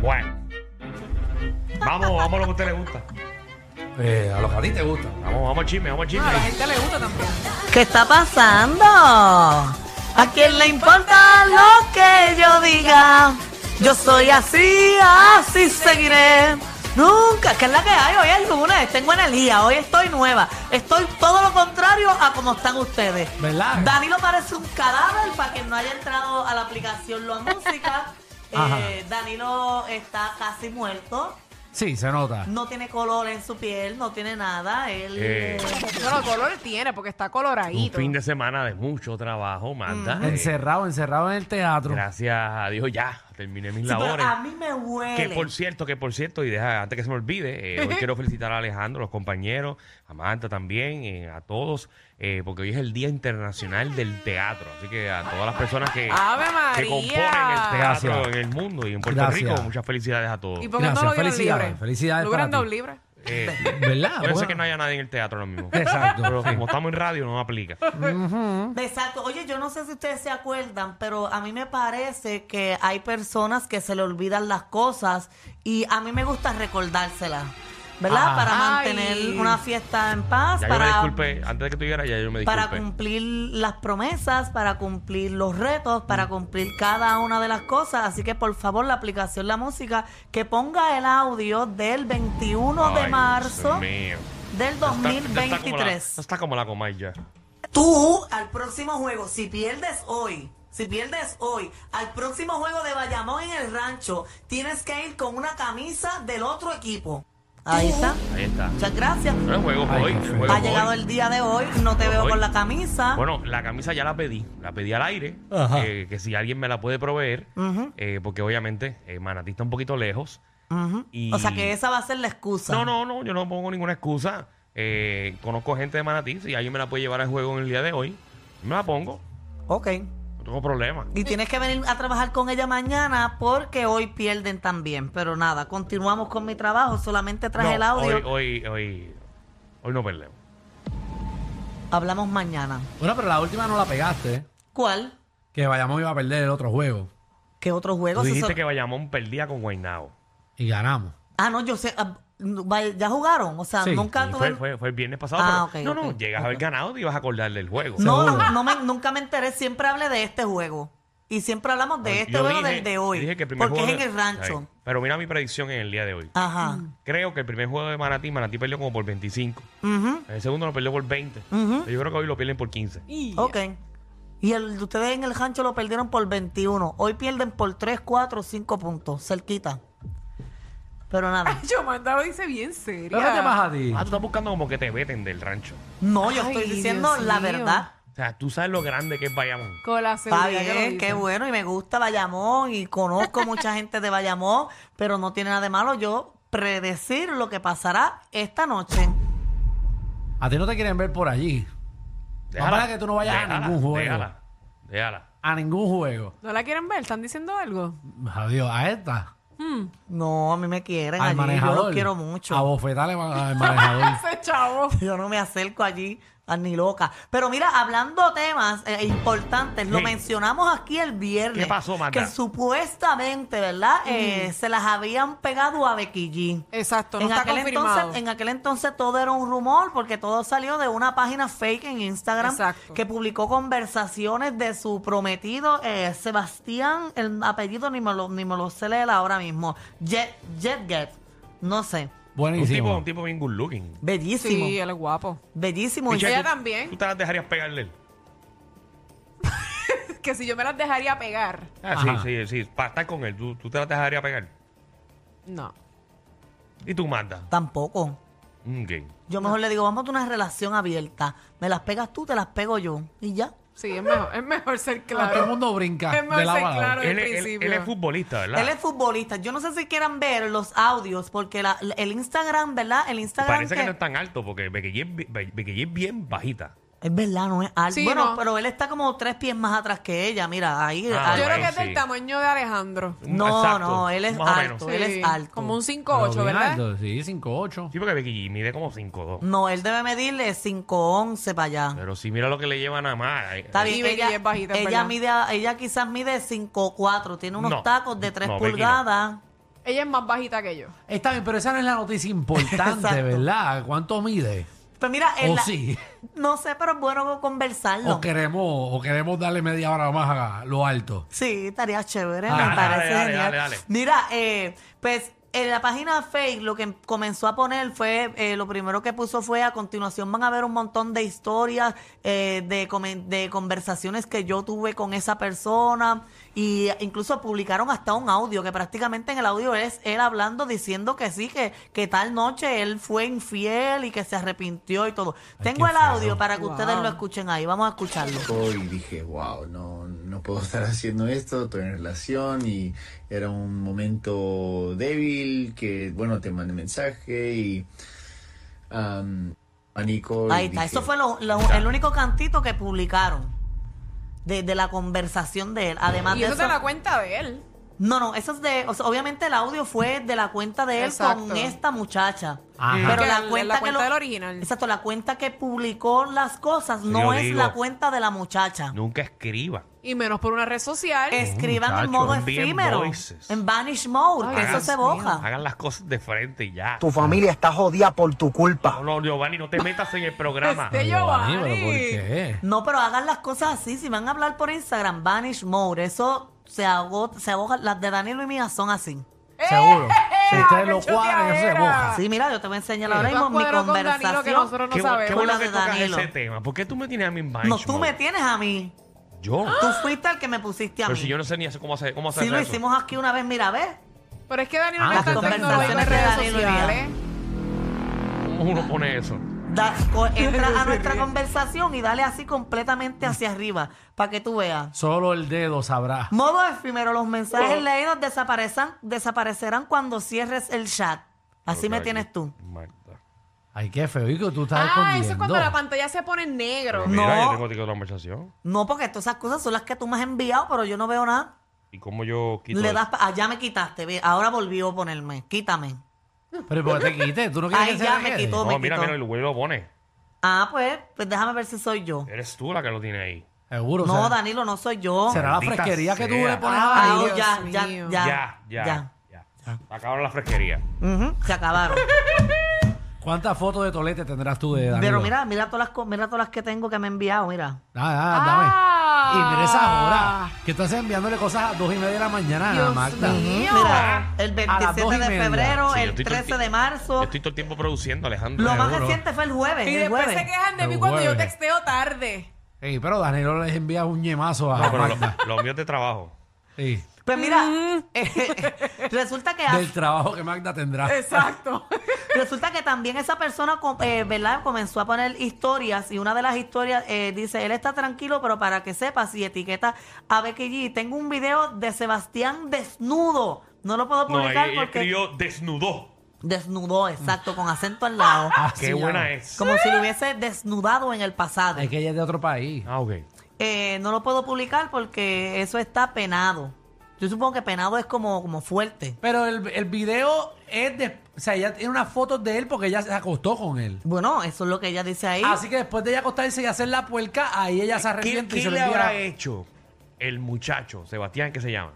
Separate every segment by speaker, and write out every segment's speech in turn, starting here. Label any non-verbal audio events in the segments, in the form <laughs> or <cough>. Speaker 1: Bueno. Vamos, vamos a lo que a usted le gusta.
Speaker 2: Eh, a los que a ti te gusta.
Speaker 1: Vamos, vamos al chisme, vamos al chisme.
Speaker 3: ¿Qué está pasando? ¿A quién le importa lo que yo diga? Yo soy así, así seguiré. Nunca, que es la que hay hoy es lunes, tengo energía, hoy estoy nueva, estoy todo lo contrario a como están ustedes.
Speaker 2: ¿Verdad?
Speaker 3: Danilo parece un cadáver para quien no haya entrado a la aplicación La
Speaker 1: <laughs>
Speaker 3: Música.
Speaker 2: Ajá.
Speaker 3: Eh, Danilo está casi muerto,
Speaker 2: Sí, se nota.
Speaker 3: no tiene color en su piel, no tiene nada, él
Speaker 1: Eh,
Speaker 4: Bueno, color tiene porque está
Speaker 1: un
Speaker 4: coloradito.
Speaker 1: fin de semana de mucho trabajo, Manda.
Speaker 2: Encerrado, encerrado en el teatro.
Speaker 1: gracias a Dios, ya terminé mis
Speaker 3: Sí, pero
Speaker 1: labores.
Speaker 3: a mí me huele.
Speaker 1: Que por cierto, que por cierto, y deja, antes que se me olvide, eh, hoy quiero felicitar a Alejandro, los compañeros, a Manta también, eh, a todos, eh, porque hoy es el Día Internacional del Teatro. Así que a todas las personas que,
Speaker 4: ¡Ave
Speaker 1: que
Speaker 4: María!
Speaker 1: componen el teatro
Speaker 2: Gracias.
Speaker 1: en el mundo y en Puerto
Speaker 2: Gracias.
Speaker 1: Rico, muchas felicidades a todos.
Speaker 4: ¿Y por qué no
Speaker 2: Gracias,
Speaker 4: lo dieron
Speaker 2: felicidades,
Speaker 4: libre?
Speaker 2: felicidades
Speaker 4: Lo
Speaker 2: para
Speaker 4: hubieran
Speaker 2: ti.
Speaker 4: dado libre.
Speaker 1: Eh,
Speaker 2: ¿Verdad?
Speaker 1: puede
Speaker 2: Bueno.
Speaker 1: ser que no haya nadie en el teatro ahora mismo.
Speaker 2: Exacto.
Speaker 1: Pero como estamos en radio, no aplica.
Speaker 3: Exacto. Oye, yo no sé si ustedes se acuerdan, pero a mí me parece que hay personas que se le olvidan las cosas y a mí me gusta recordárselas, ¿verdad?
Speaker 2: Ah.
Speaker 3: para
Speaker 4: Ay.
Speaker 3: mantener una fiesta en paz,
Speaker 1: Ya yo me
Speaker 3: para,
Speaker 1: disculpé, antes de que tú llegaras, ya yo me disculpé.
Speaker 3: para cumplir las promesas, para cumplir los retos, para cumplir cada una de las cosas. Así que por favor, la aplicación La Música, que ponga el audio del 21 de
Speaker 1: Ay,
Speaker 3: marzo
Speaker 1: Dios mío.
Speaker 3: del
Speaker 1: Está- Está, como la-
Speaker 3: 2023.
Speaker 1: está como la comaya.
Speaker 3: Tú al próximo juego, si pierdes hoy, si pierdes hoy, al próximo juego de Bayamón en el rancho, tienes que ir con una camisa del otro equipo. Ahí está.
Speaker 1: Ahí está.
Speaker 3: Muchas gracias.
Speaker 1: No es juego
Speaker 2: Ay,
Speaker 1: hoy.
Speaker 2: qué
Speaker 1: el
Speaker 2: feo.
Speaker 1: juego
Speaker 3: Ha
Speaker 1: hoy.
Speaker 3: llegado el día de hoy, no te veo
Speaker 1: Hoy.
Speaker 3: con la camisa.
Speaker 1: Bueno, la camisa ya la pedí. La pedí al aire.
Speaker 2: Ajá.
Speaker 1: eh, que si alguien me la puede proveer. eh, porque obviamente eh, Manatí está un poquito lejos. y-
Speaker 3: O sea que esa va a ser la excusa.
Speaker 1: No, no, no. Yo no pongo ninguna excusa. Eh, conozco gente de Manatí. Si alguien me la puede llevar al juego en el día de hoy, me la pongo.
Speaker 3: Ok.
Speaker 1: No tengo problema.
Speaker 3: Y tienes que venir a trabajar con ella mañana porque hoy pierden también. Pero nada, continuamos con mi trabajo. Solamente traje
Speaker 1: No,
Speaker 3: el audio.
Speaker 1: Hoy, hoy, hoy, hoy no perdemos.
Speaker 3: Hablamos mañana.
Speaker 2: Bueno, pero la última no la pegaste. ¿eh?
Speaker 3: ¿Cuál?
Speaker 2: Que Bayamón iba a perder el otro juego.
Speaker 3: ¿Qué otro
Speaker 1: Tú
Speaker 3: juego? Se
Speaker 1: dijiste
Speaker 3: sor-
Speaker 1: que Bayamón perdía con Guaynao.
Speaker 2: Y ganamos.
Speaker 3: Ah, no, yo sé. ah, no, vaya, Ya jugaron, o sea,
Speaker 2: Sí,
Speaker 3: nunca
Speaker 1: Sí,
Speaker 3: tuve.
Speaker 1: fue, fue- fue el viernes pasado.
Speaker 3: Ah,
Speaker 1: pero-
Speaker 3: ok,
Speaker 1: no, no,
Speaker 3: ok,
Speaker 1: llegas a
Speaker 3: ok.
Speaker 1: haber ganado y vas a acordar del juego.
Speaker 3: no,
Speaker 2: Seguro.
Speaker 3: no, no me, nunca me enteré. Siempre hablé de este juego. Y siempre hablamos de
Speaker 1: Yo
Speaker 3: este juego
Speaker 1: dije-
Speaker 3: del de hoy.
Speaker 1: dije que el primer
Speaker 3: porque es
Speaker 1: juego de-
Speaker 3: en el rancho.
Speaker 1: Ay, Pero mira mi predicción en el día de hoy.
Speaker 3: Ajá.
Speaker 1: Creo que el primer juego de Manatí, Manatí perdió como por 25.
Speaker 4: Mm.
Speaker 3: Ujú,
Speaker 1: El segundo lo perdió por 20.
Speaker 3: Ujú.
Speaker 1: Yo creo que hoy lo pierden por 15.
Speaker 3: Ok. Y el de ustedes en el rancho lo perdieron por 21. Hoy pierden por 3, 4, 5 puntos. Cerquita. Pero nada.
Speaker 4: <laughs> Yo Manda lo dice bien serio.
Speaker 2: ¿Pero qué te pasa a ti?
Speaker 1: Ah, tú estás buscando como que te veten del rancho.
Speaker 3: No, yo
Speaker 4: Ay,
Speaker 3: estoy diciendo
Speaker 4: Dios
Speaker 3: la
Speaker 4: mío.
Speaker 3: verdad.
Speaker 1: O sea, tú sabes lo grande que es Bayamón.
Speaker 4: Con la
Speaker 3: Está
Speaker 4: seguridad que lo
Speaker 3: bien,
Speaker 4: dice.
Speaker 3: qué bueno, y me gusta Bayamón, y
Speaker 4: <laughs>
Speaker 3: conozco mucha gente de Bayamón, pero no tiene nada de malo yo predecir lo que pasará esta noche.
Speaker 2: A ti no te quieren ver por allí. Ojalá que tú no vayas a ningún juego.
Speaker 1: Déjala. Déjala.
Speaker 2: A ningún juego.
Speaker 4: ¿No la quieren ver? ¿Están
Speaker 3: <laughs>
Speaker 4: diciendo algo?
Speaker 2: Adiós. A esta.
Speaker 3: No, a mí me quieren
Speaker 2: Al
Speaker 3: allí,
Speaker 2: manejador.
Speaker 3: yo los quiero
Speaker 1: Ah,
Speaker 2: A
Speaker 3: mucho.
Speaker 2: bofetarle al manejador.
Speaker 4: Ese chavo.
Speaker 3: Yo no me acerco allí a ni loca. Pero mira, hablando temas eh, importantes, lo
Speaker 1: Sí.
Speaker 3: mencionamos aquí el viernes.
Speaker 1: ¿Qué pasó, Magda?
Speaker 3: Que supuestamente, ¿verdad? Eh, se las habían pegado a Becky G.
Speaker 4: Exacto, no
Speaker 3: en,
Speaker 4: está
Speaker 3: aquel
Speaker 4: confirmado.
Speaker 3: entonces, en aquel entonces todo era un rumor porque todo salió de una página fake en Instagram
Speaker 4: Exacto.
Speaker 3: que publicó conversaciones de su prometido eh, Sebastián, el apellido ni me, lo, ni me lo sé leer ahora mismo, Jet, Jetget, no sé.
Speaker 1: Un tipo,
Speaker 2: Buenísimo.
Speaker 1: un tipo bien good looking.
Speaker 3: Bellísimo.
Speaker 4: Sí, él es guapo. <laughs>
Speaker 3: Bellísimo.
Speaker 1: Michelle,
Speaker 4: Pues Ella
Speaker 1: ¿tú-
Speaker 4: también.
Speaker 1: ¿Tú te las dejarías pegarle él?
Speaker 4: Que si yo me las dejaría pegar.
Speaker 1: Ah,
Speaker 2: Ajá.
Speaker 1: sí, sí, sí. Para estar con él, ¿tú, tú te las dejarías pegar.
Speaker 4: No.
Speaker 1: Y tú mandas.
Speaker 3: Tampoco.
Speaker 1: Un gay.
Speaker 3: Yo mejor le digo, vamos a una relación abierta. Me las pegas tú, te las pego yo. Y ya.
Speaker 4: Sí, es mejor, es mejor ser
Speaker 2: Ah, Todo el
Speaker 4: claro.
Speaker 2: mundo brinca
Speaker 4: Es
Speaker 2: de
Speaker 4: mejor
Speaker 2: lado
Speaker 4: ser
Speaker 2: a lado.
Speaker 4: claro. Pero
Speaker 1: Él,
Speaker 4: al
Speaker 1: es- él-
Speaker 4: principio-
Speaker 1: él es futbolista, ¿verdad?
Speaker 3: Él es futbolista. Yo no sé si quieran ver los audios, porque la- el Instagram, ¿verdad? El Instagram.
Speaker 1: Parece que
Speaker 3: que-
Speaker 1: no es tan alto porque Becky G es bi- Be- Becky G es bien bajita.
Speaker 3: Es verdad, no es alto.
Speaker 4: Sí,
Speaker 3: bueno,
Speaker 4: no.
Speaker 3: pero él está como tres pies más atrás que ella. Mira, ahí.
Speaker 1: Ah,
Speaker 4: Yo
Speaker 3: alto.
Speaker 4: creo que es
Speaker 1: Sí.
Speaker 4: del tamaño de Alejandro.
Speaker 3: No,
Speaker 1: Exacto,
Speaker 3: no, él es
Speaker 1: más o menos.
Speaker 3: alto. Él es alto.
Speaker 4: Como un
Speaker 2: Pero
Speaker 4: 5'8,
Speaker 2: bien
Speaker 4: ¿verdad?
Speaker 2: alto, Sí, 5'8.
Speaker 1: Sí, porque Becky G mide como 5'2.
Speaker 3: No, él debe medirle 5'11 para allá.
Speaker 1: Pero si mira lo que le llevan a más. eh,
Speaker 3: Está
Speaker 1: eh,
Speaker 3: bien,
Speaker 4: Y Becky
Speaker 3: ella,
Speaker 4: es bajita, es
Speaker 3: ella
Speaker 4: verdad.
Speaker 3: mide, ella quizás mide 5'4, tiene unos
Speaker 1: No,
Speaker 3: tacos de 3
Speaker 1: no, Becky no.
Speaker 3: pulgadas.
Speaker 4: Ella es más bajita que yo.
Speaker 2: Está bien, pero esa no es la noticia importante,
Speaker 3: Exacto.
Speaker 2: ¿verdad? ¿Cuánto mide?
Speaker 3: Pues mira,
Speaker 1: Oh,
Speaker 3: él
Speaker 2: O
Speaker 3: la-
Speaker 2: sí.
Speaker 3: no sé, pero es bueno conversarlo.
Speaker 2: O queremos, o queremos darle media hora más a lo alto.
Speaker 3: Sí, estaría chévere,
Speaker 2: Dale, dale,
Speaker 3: me parece
Speaker 1: dale,
Speaker 3: genial.
Speaker 1: dale, dale.
Speaker 3: Mira, eh, pues en la página Fake lo que comenzó a poner fue, eh, lo primero que puso fue, a continuación van a ver un montón de historias, eh, de, comen- de conversaciones que yo tuve con esa persona, y incluso publicaron hasta un audio, que prácticamente en el audio es él hablando, diciendo que sí, que, que tal noche él fue infiel y que se arrepintió y todo. Tengo
Speaker 2: qué
Speaker 3: el
Speaker 2: feo.
Speaker 3: audio para que ustedes lo escuchen ahí, vamos a escucharlo.
Speaker 5: y dije, wow, no, no puedo <laughs> estar haciendo esto, estoy en relación y era un momento débil que, bueno, te mandé mensaje y... Um, pánico y
Speaker 3: Ahí está,
Speaker 5: dije,
Speaker 3: eso fue lo- lo- el único cantito que publicaron de, de la conversación de él. Además
Speaker 4: Y
Speaker 3: de
Speaker 4: eso
Speaker 3: eso,
Speaker 4: te da cuenta de él.
Speaker 3: no, no, eso es de, o sea, obviamente el audio fue de la cuenta de él
Speaker 4: Exacto. Ah.
Speaker 3: con esta muchacha.
Speaker 2: Ajá.
Speaker 3: Pero
Speaker 4: Que
Speaker 3: la
Speaker 4: el-
Speaker 3: cuenta,
Speaker 4: la
Speaker 3: que
Speaker 4: cuenta del original.
Speaker 3: Exacto, la cuenta que publicó las cosas no
Speaker 1: yo
Speaker 3: es
Speaker 1: digo-
Speaker 3: la cuenta de la muchacha.
Speaker 1: Nunca escriba.
Speaker 4: Y menos por una red social.
Speaker 3: Escriban en
Speaker 1: Muchacho,
Speaker 3: modo
Speaker 1: envíen
Speaker 3: efímero,
Speaker 1: voices.
Speaker 3: en vanish mode,
Speaker 4: Ay,
Speaker 3: que eso
Speaker 1: Dios
Speaker 3: se
Speaker 4: mío.
Speaker 3: boja.
Speaker 1: Hagan las cosas de frente y ya.
Speaker 6: Tu familia está jodida por tu culpa.
Speaker 1: No, no, Giovanni, no te metas en el programa.
Speaker 4: Este
Speaker 2: Giovanni,
Speaker 4: Giovanni.
Speaker 2: pero ¿por qué?
Speaker 3: No, pero hagan las cosas así. Si van a hablar por Instagram, vanish mode, eso se agota, se aboja. Las de Danilo y mía son así.
Speaker 2: <laughs>
Speaker 4: Eh,
Speaker 2: Seguro. Si ustedes
Speaker 4: qué
Speaker 2: lo cuadran, eso se boja.
Speaker 3: Sí, mira, yo te voy a enseñar ahora
Speaker 4: Ah. Tú has
Speaker 3: mismo mi
Speaker 4: cuadrado con Danilo que
Speaker 3: conversación.
Speaker 4: nosotros no
Speaker 1: qué, bu- qué
Speaker 4: sabemos.
Speaker 1: bueno
Speaker 3: la
Speaker 1: que
Speaker 3: de
Speaker 1: tocas
Speaker 3: Danilo.
Speaker 1: ese tema. ¿Por qué tú me tienes a mí en
Speaker 3: No,
Speaker 1: Vines
Speaker 3: tú
Speaker 1: mode?
Speaker 3: me tienes a mí.
Speaker 1: Yo.
Speaker 4: Ah.
Speaker 3: Tú fuiste el que me pusiste a
Speaker 1: Pero
Speaker 3: mí.
Speaker 1: si yo no sé ni hacer cómo hacer, cómo hacer
Speaker 3: Sí, lo
Speaker 1: eso.
Speaker 3: hicimos aquí una vez, mira, ¿ves?
Speaker 4: Pero es que Danilo no
Speaker 2: Ah,
Speaker 4: es tan
Speaker 2: las
Speaker 4: tecnológico en
Speaker 2: conversaciones
Speaker 3: de
Speaker 4: redes
Speaker 3: Danilo y
Speaker 4: sociales.
Speaker 1: ¿Cómo uno pone eso?
Speaker 3: Da-
Speaker 4: <laughs>
Speaker 3: co- entra a nuestra conversación y dale así completamente hacia arriba para que tú veas.
Speaker 2: Solo el dedo sabrá.
Speaker 3: Modo efímero, los
Speaker 4: Oh.
Speaker 3: mensajes leídos desaparecen, desaparecerán cuando cierres el chat. Así me
Speaker 1: Ay,
Speaker 3: tienes tú.
Speaker 1: Marta.
Speaker 2: Ay, qué feo. Y que tú estás
Speaker 4: Ah, eso es
Speaker 2: escondiendo.
Speaker 4: cuando la pantalla se pone en negro.
Speaker 1: Pero mira,
Speaker 3: No.
Speaker 1: yo tengo otra conversación.
Speaker 3: No, porque todas esas cosas son las que tú me has enviado, pero yo no veo nada.
Speaker 1: ¿Y cómo yo quito
Speaker 3: Le
Speaker 1: eso?
Speaker 3: das, pa- ah, ya me quitaste, ve, ahora volvió a ponerme. Quítame.
Speaker 2: Pero ¿por qué te quites? ¿Tú no quieres
Speaker 3: Ay,
Speaker 2: que se
Speaker 3: ya
Speaker 2: le
Speaker 3: me
Speaker 2: quede?
Speaker 3: quitó.
Speaker 1: No, mira,
Speaker 3: quitó.
Speaker 1: mira, el güey lo pone.
Speaker 3: Ah, pues, pues déjame ver si soy yo.
Speaker 1: Eres tú la que lo tiene ahí.
Speaker 2: Seguro.
Speaker 3: No,
Speaker 2: será-
Speaker 3: Danilo, no soy yo.
Speaker 2: Será la
Speaker 1: Maldita
Speaker 2: fresquería que tú
Speaker 1: sea.
Speaker 2: le pones a
Speaker 4: Ah,
Speaker 2: Danilo.
Speaker 3: Ah,
Speaker 4: Dios
Speaker 3: ya, ya,
Speaker 4: mío.
Speaker 3: ya, Ah.
Speaker 1: Ya, ya, ya. Acabaron la fresquería.
Speaker 3: Ujú, se acabaron.
Speaker 2: ¿Cuántas fotos de tolete tendrás tú de Danilo?
Speaker 3: Pero mira, mira todas las co- mira todas las que tengo que me he enviado, mira.
Speaker 2: Ah, ah, dame.
Speaker 4: Ah,
Speaker 2: Y mira esa hora que estás enviándole cosas a dos y media de la mañana a
Speaker 4: Dios
Speaker 2: Magda.
Speaker 4: mío.
Speaker 3: Mira, el
Speaker 2: A las dos
Speaker 3: 27
Speaker 2: y
Speaker 3: de
Speaker 2: media.
Speaker 3: febrero,
Speaker 1: Ah. Sí, yo
Speaker 3: el
Speaker 1: estoy todo el
Speaker 3: 13 de
Speaker 1: ti-
Speaker 3: marzo.
Speaker 1: Yo estoy todo el tiempo produciendo, Alejandro.
Speaker 3: Lo más
Speaker 2: Seguro.
Speaker 3: reciente fue el jueves,
Speaker 4: Y
Speaker 3: el
Speaker 4: después
Speaker 3: jueves.
Speaker 4: se quejan de mí
Speaker 2: El
Speaker 4: cuando yo
Speaker 2: jueves.
Speaker 4: texteo tarde.
Speaker 2: Ey, pero Danilo les envía un ñemazo a
Speaker 1: No, pero
Speaker 2: Ah, Magda.
Speaker 1: lo, lo mío es de trabajo.
Speaker 2: Sí.
Speaker 3: Pues mira, <laughs> resulta que
Speaker 2: Del trabajo que Magda tendrá.
Speaker 4: <laughs> Exacto.
Speaker 3: Resulta que también esa persona, com- eh, ¿verdad? Comenzó a poner historias y una de las historias eh, dice, él está tranquilo, pero para que sepas y etiqueta a Becky G. Tengo un video de Sebastián desnudo. No lo puedo
Speaker 1: No, ahí
Speaker 3: publicar
Speaker 1: ella
Speaker 3: porque...
Speaker 1: escribió desnudó.
Speaker 3: Desnudó, exacto, con acento al lado.
Speaker 2: Así
Speaker 1: Ah, Qué
Speaker 2: ya no.
Speaker 1: buena es.
Speaker 3: como si lo hubiese desnudado en el pasado.
Speaker 2: Es que ella es de otro país.
Speaker 1: Ah, ok.
Speaker 3: Eh, no lo puedo publicar porque eso está penado. Yo supongo que penado es como, como fuerte.
Speaker 2: Pero el, el video es de... O sea, ella tiene unas fotos de él porque ella se acostó con él.
Speaker 3: Bueno, eso es lo que ella dice ahí.
Speaker 2: Así que después de ella acostarse y hacer la puerca, ahí ella se
Speaker 1: ¿Qué,
Speaker 2: arrepiente y
Speaker 1: qué
Speaker 2: se lo
Speaker 1: le
Speaker 2: envía.
Speaker 1: habrá hecho? el muchacho, Sebastián, que se llama,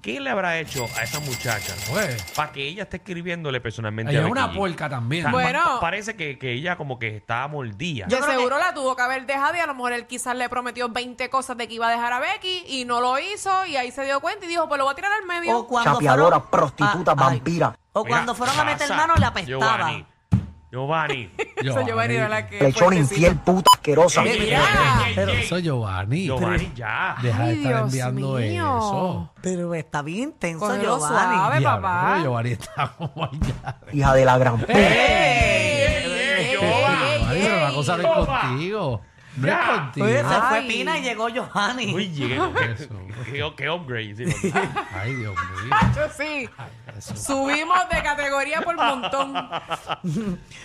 Speaker 1: ¿qué le habrá hecho a esa muchacha
Speaker 2: Pues,
Speaker 1: para que ella esté escribiéndole personalmente
Speaker 2: ella
Speaker 1: a
Speaker 2: es una
Speaker 1: Becky G?
Speaker 2: puerca
Speaker 1: O
Speaker 2: también.
Speaker 1: sea, pa-
Speaker 4: Bueno.
Speaker 1: pa- parece que, que ella como que está mordida.
Speaker 4: De seguro la tuvo que haber dejado y a lo mejor él quizás le prometió 20 cosas de que iba a dejar a Becky y no lo hizo y ahí se dio cuenta y dijo, pues lo voy a tirar al medio.
Speaker 3: O cuando
Speaker 6: Chapeadora,
Speaker 3: fueron-
Speaker 6: prostituta,
Speaker 3: Ah, ay.
Speaker 6: vampira.
Speaker 3: O cuando
Speaker 1: Mira,
Speaker 3: fueron a meter
Speaker 1: pasa,
Speaker 3: mano le apestaban.
Speaker 1: Giovanni.
Speaker 3: <laughs>
Speaker 1: Giovanni.
Speaker 4: Eso Giovanni era la que...
Speaker 6: Lechón
Speaker 4: fuertecita.
Speaker 6: infiel, puta asquerosa.
Speaker 1: Ey, ey,
Speaker 4: mira.
Speaker 1: ey, ey,
Speaker 2: Pero
Speaker 1: ey.
Speaker 2: eso es Giovanni.
Speaker 1: Giovanni, ya.
Speaker 2: Deja de
Speaker 4: Ay,
Speaker 2: estar
Speaker 4: Dios
Speaker 2: enviando
Speaker 4: mío.
Speaker 2: eso.
Speaker 3: Pero está bien intenso,
Speaker 4: Cógelo
Speaker 3: Giovanni.
Speaker 4: suave. A ver,
Speaker 2: Diablo,
Speaker 4: papá.
Speaker 2: pero Giovanni está <laughs> como allá.
Speaker 6: Hija de la gran puta.
Speaker 1: ey,
Speaker 4: ey,
Speaker 2: Giovanni, pero la
Speaker 4: ey.
Speaker 2: cosa no es
Speaker 1: Toma.
Speaker 2: contigo. No
Speaker 1: Ya.
Speaker 2: es contigo.
Speaker 3: Oye, se fue
Speaker 4: Ay.
Speaker 3: Pina y llegó Giovanni. <laughs>
Speaker 1: Uy, llegué.
Speaker 2: Eso.
Speaker 1: qué, qué upgrade. sí, porque-
Speaker 2: Ay, Dios mío.
Speaker 4: Yo
Speaker 2: <laughs>
Speaker 4: sí. Subimos de categoría por montón.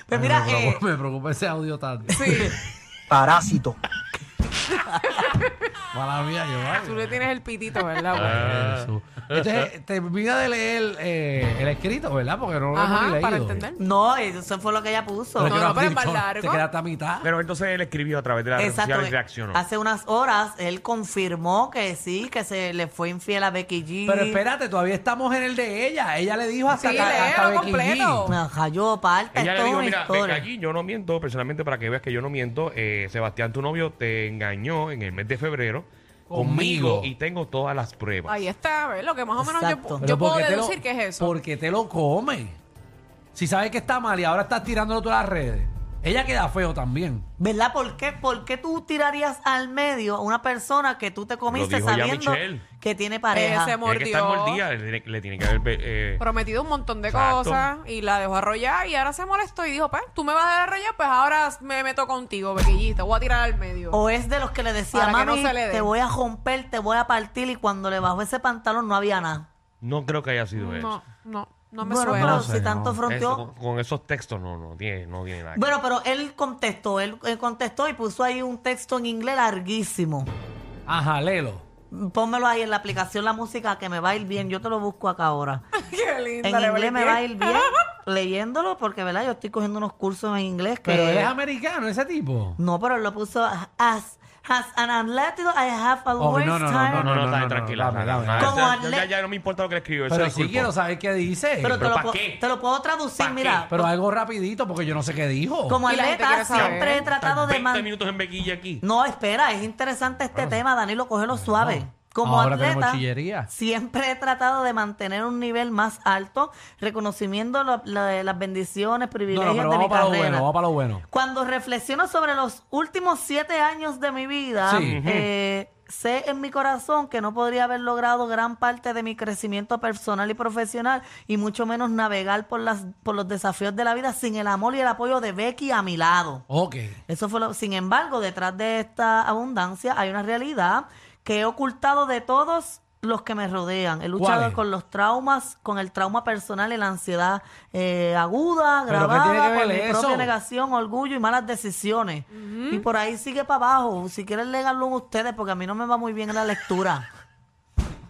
Speaker 3: Pues mira,
Speaker 2: me,
Speaker 3: eh,
Speaker 2: preocupa, me preocupa ese audio tanto.
Speaker 4: Sí.
Speaker 6: Parásito.
Speaker 2: Mala mía, Giovanni.
Speaker 4: Tú le tienes el pitito,
Speaker 1: Ah.
Speaker 4: ¿verdad?
Speaker 2: Jesús. Entonces, eh, termina de leer eh, el escriito, ¿verdad? Porque no lo hemos ni
Speaker 4: Ajá,
Speaker 2: leído.
Speaker 4: para entender.
Speaker 3: no, eso fue lo que ella puso.
Speaker 2: Pero
Speaker 4: No,
Speaker 2: que
Speaker 4: no,
Speaker 2: has
Speaker 4: pero es más
Speaker 2: dicho,
Speaker 4: largo.
Speaker 2: Te queda hasta mitad.
Speaker 1: Pero entonces él escribió a través de las redes
Speaker 3: Exacto.
Speaker 1: sociales y
Speaker 3: que
Speaker 1: reaccionó.
Speaker 3: Hace unas horas él confirmó que sí, que se le fue infiel a Becky G.
Speaker 2: Pero espérate, todavía estamos en el de ella. Ella le dijo hasta
Speaker 4: Sí,
Speaker 2: acá- hasta
Speaker 4: léelo
Speaker 2: Becky G.
Speaker 4: completo.
Speaker 3: Ajá, yo
Speaker 1: Ella
Speaker 3: parta, es
Speaker 1: le
Speaker 3: toda
Speaker 1: dijo,
Speaker 3: una
Speaker 1: mira, ven
Speaker 3: historia.
Speaker 1: aquí yo no miento, personalmente para que veas que yo no miento, eh, Sebastián, tu novio, te engañó en el mes de febrero
Speaker 2: Conmigo.
Speaker 1: conmigo, y tengo todas las pruebas.
Speaker 4: Ahí está, ¿ves? Lo que más o menos yo,
Speaker 3: Exacto.
Speaker 4: pu-
Speaker 2: Pero
Speaker 4: yo
Speaker 2: ¿por
Speaker 4: puedo
Speaker 2: qué te lo-
Speaker 4: deducir que es eso. Eh,
Speaker 2: ¿Por qué te lo come? Si sabes que está mal y ahora estás tirándolo tú a las redes. Ella queda feo también.
Speaker 3: ¿Verdad? ¿Por qué, ¿Por qué tú tirarías al medio a una persona que tú te comiste
Speaker 1: dijo ya
Speaker 3: sabiendo
Speaker 1: Michelle.
Speaker 3: que tiene pareja?
Speaker 4: Ese
Speaker 1: Tiene que estar
Speaker 4: mordió.
Speaker 1: mordida, le, tiene- le tiene que haber... eh,
Speaker 4: prometido un montón de
Speaker 1: Exacto.
Speaker 4: cosas y la dejó arrollar y ahora se molestó y dijo, pues, tú me vas a dejar arrollar, pues ahora me meto contigo, bequillita, voy a tirar al medio.
Speaker 3: O es de los que le decía,
Speaker 4: Para que
Speaker 3: mami,
Speaker 4: no se le dé".
Speaker 3: te voy a romper, te voy a partir, y cuando le bajó ese pantalón no había nada.
Speaker 1: no creo que haya sido eso.
Speaker 4: no, no, no me
Speaker 3: bueno,
Speaker 4: suena.
Speaker 3: pero si tanto
Speaker 1: Eso,
Speaker 3: fronteó.
Speaker 1: con, con esos textos no, no tiene, no tiene nada. que
Speaker 3: Bueno, pero él contestó, él, él contestó y puso ahí un texto en inglés larguísimo.
Speaker 2: Ajá, lelo.
Speaker 3: Pónmelo ahí en la aplicación La Música que me va a ir bien, yo te lo busco acá
Speaker 4: <laughs>
Speaker 3: ahora.
Speaker 4: <laughs> Qué linda,
Speaker 3: En
Speaker 4: le
Speaker 3: inglés me va a
Speaker 4: bien.
Speaker 3: ir bien
Speaker 4: <laughs>
Speaker 3: leyéndolo porque, ¿verdad? Yo estoy cogiendo unos cursos en inglés que...
Speaker 2: Pero él es americano, ese tipo.
Speaker 3: No, pero él lo puso as, as an athletic I have a
Speaker 2: Oh,
Speaker 3: worst
Speaker 2: no, no, no,
Speaker 3: time.
Speaker 1: No, no, no,
Speaker 2: no,
Speaker 1: está
Speaker 2: no,
Speaker 1: tranquila.
Speaker 2: dame,
Speaker 1: nada,
Speaker 2: dame.
Speaker 1: nada,
Speaker 3: Como
Speaker 1: ya-
Speaker 3: atle-
Speaker 1: ya, ya no me importa lo que le escribió. eso
Speaker 2: Pero
Speaker 1: le
Speaker 2: sí
Speaker 1: culpo.
Speaker 2: quiero saber qué dice.
Speaker 3: Pero,
Speaker 2: Eh, Pero,
Speaker 3: te,
Speaker 1: ¿pero
Speaker 3: lo
Speaker 1: pa'
Speaker 3: puedo,
Speaker 1: qué?
Speaker 3: te lo puedo traducir,
Speaker 1: ¿Pa'
Speaker 3: mira.
Speaker 1: qué?
Speaker 2: algo rapidito porque yo no sé qué dijo.
Speaker 3: Como
Speaker 4: Y la gente quiere
Speaker 3: atleta
Speaker 4: saber.
Speaker 3: siempre he tratado de...
Speaker 1: 20
Speaker 3: man-
Speaker 1: minutos en bequilla aquí.
Speaker 3: No, espera, es interesante este tema, Danilo, cógelo suave. Como
Speaker 2: Ahora tenemos
Speaker 3: atleta,
Speaker 2: chillería.
Speaker 3: siempre he tratado de mantener un nivel más alto, reconociendo lo- la- las bendiciones,
Speaker 2: no, no,
Speaker 3: privilegios
Speaker 2: pero
Speaker 3: de
Speaker 2: vamos
Speaker 3: mi
Speaker 2: para lo
Speaker 3: carrera.
Speaker 2: bueno, vamos para lo bueno.
Speaker 3: Cuando reflexiono sobre los últimos siete años de mi vida,
Speaker 2: Sí.
Speaker 3: eh, sé en mi corazón que no podría haber logrado gran parte de mi crecimiento personal y profesional y mucho menos navegar por, las, por los desafíos de la vida sin el amor y el apoyo de Becky a mi lado.
Speaker 2: Ok.
Speaker 3: Eso fue lo- Sin embargo, detrás de esta abundancia hay una realidad que he ocultado de todos los que me rodean. He
Speaker 2: ¿Cuál
Speaker 3: luchado
Speaker 2: es?
Speaker 3: con los traumas, con el trauma personal y la ansiedad eh, aguda,
Speaker 2: ¿Pero qué tiene que
Speaker 3: grabada, con mi
Speaker 2: ver eso?
Speaker 3: propia negación, orgullo y malas decisiones. Y por ahí sigue para abajo. Si quieren, léganlo ustedes porque a mí no me va muy bien en la
Speaker 4: <laughs>
Speaker 3: lectura.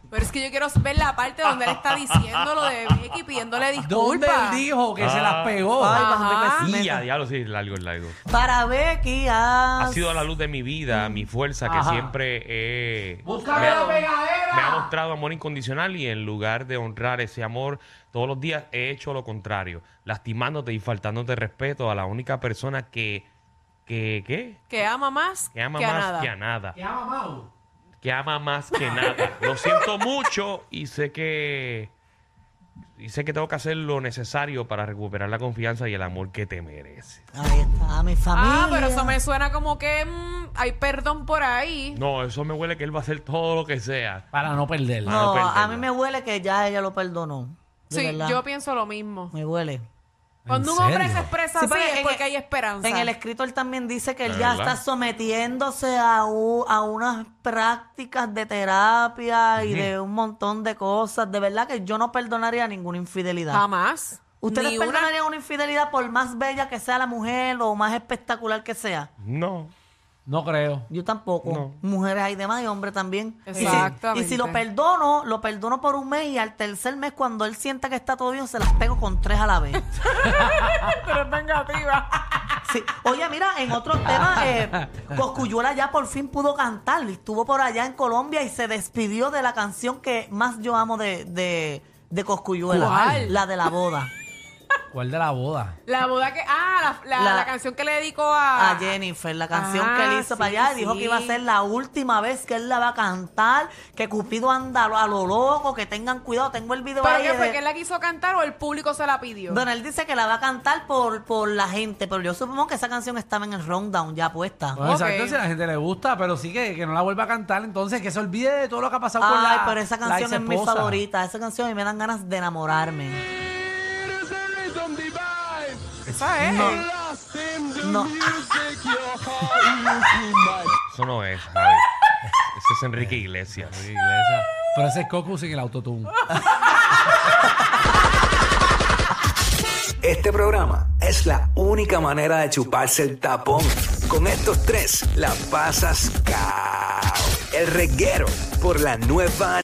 Speaker 4: Pero es que yo quiero ver la parte donde él está diciendo lo de Becky pidiéndole
Speaker 2: ¿Dónde
Speaker 4: disculpas.
Speaker 2: él dijo que se
Speaker 1: Ah.
Speaker 2: las pegó? Ah.
Speaker 3: Ay,
Speaker 4: Ajá.
Speaker 3: bastante que sí.
Speaker 1: Y a diablo, sí, largo, largo.
Speaker 3: Para Becky, ah,
Speaker 1: Ha sido la luz de mi
Speaker 3: Mm.
Speaker 1: vida, mi fuerza, que
Speaker 2: Ajá.
Speaker 1: siempre eh,
Speaker 2: Búscame
Speaker 1: me,
Speaker 2: la
Speaker 1: ha, me ha mostrado amor incondicional y en lugar de honrar ese amor, todos los días he hecho lo contrario, lastimándote y faltándote respeto a la única persona que, que, ¿qué?
Speaker 4: Que ama más
Speaker 1: Que ama
Speaker 4: a
Speaker 1: más
Speaker 4: nada.
Speaker 1: que a nada. Que ama, más que nada. Lo siento mucho y sé que... Y sé que tengo que hacer lo necesario para recuperar la confianza y el amor que te mereces.
Speaker 3: ahí está, mi familia.
Speaker 4: Ah, pero eso me suena como que mm, hay perdón por ahí.
Speaker 1: No, eso me huele que él va a hacer todo lo que sea.
Speaker 2: Para no perderla.
Speaker 1: Ah, no,
Speaker 3: No, a
Speaker 1: perderla.
Speaker 3: mí me huele que ya ella lo perdonó. De
Speaker 4: sí,
Speaker 3: verdad.
Speaker 4: yo pienso lo mismo.
Speaker 3: Me huele.
Speaker 4: Cuando un
Speaker 2: ¿En
Speaker 4: hombre se
Speaker 2: serio?
Speaker 4: expresa
Speaker 3: Sí,
Speaker 4: así
Speaker 3: porque
Speaker 4: es
Speaker 3: en
Speaker 4: porque
Speaker 3: el-
Speaker 4: hay esperanza.
Speaker 3: En el escrito él también dice que él
Speaker 1: Es
Speaker 3: ya
Speaker 1: verdad.
Speaker 3: está sometiéndose a, u- a unas prácticas de terapia y de un montón de cosas. De verdad que yo no perdonaría ninguna infidelidad.
Speaker 4: Jamás.
Speaker 3: ¿Ustedes
Speaker 4: Ni una
Speaker 3: perdonarían una... infidelidad por más bella que sea la mujer o más espectacular que sea?
Speaker 1: No.
Speaker 2: No creo.
Speaker 3: Yo tampoco.
Speaker 1: No.
Speaker 3: Mujeres hay demás y hombres también. Y si- Y si,
Speaker 4: Exactamente.
Speaker 3: lo perdono, lo perdono por un mes y al tercer mes, cuando
Speaker 4: <laughs>
Speaker 3: él sienta que está todo bien, se las pego con tres a la vez.
Speaker 4: Tú eres vengativa.
Speaker 3: Sí. Oye, mira, en otros temas, eh, Cosculluela ya por fin pudo cantar. Estuvo por allá en Colombia y se despidió de la canción que más yo amo de, de, de Cosculluela.
Speaker 4: ¿Cuál?
Speaker 3: La de la boda.
Speaker 2: ¿Cuál de la boda?
Speaker 4: La boda que. Ah, la, la-
Speaker 3: La-
Speaker 4: la canción que le dedicó a.
Speaker 3: A Jennifer, la canción
Speaker 4: Ah,
Speaker 3: que él hizo
Speaker 4: sí,
Speaker 3: para allá, y dijo
Speaker 4: sí.
Speaker 3: que iba a ser la última vez que él la va a cantar, que Cupido anda a lo- a lo loco, que tengan cuidado, tengo el video
Speaker 4: ¿Pero
Speaker 3: ahí
Speaker 4: qué fue?
Speaker 3: de-
Speaker 4: ¿Que él la quiso cantar o el público se la pidió?
Speaker 3: Bueno, él dice que la va a cantar por, por la gente, pero yo supongo que esa canción estaba en el rundown ya puesta.
Speaker 2: Bueno,
Speaker 4: Ok.
Speaker 2: Exacto, si a la gente le gusta, pero sí que, que no la vuelva a cantar, entonces que se olvide de todo lo que ha pasado con la.
Speaker 3: Ay, pero esa
Speaker 2: la
Speaker 3: canción es mi
Speaker 2: exesposa.
Speaker 3: favorita. Esa canción a mí me dan ganas de enamorarme.
Speaker 4: Esa es.
Speaker 3: No,
Speaker 1: Eso no es, Javi. Ese es Enrique Iglesias.
Speaker 2: Sí, esa. Pero ese es Coco sin el autotune.
Speaker 5: Este programa es la única manera de chuparse el tapón. Con estos tres la pasas cao. El reguero por la nueva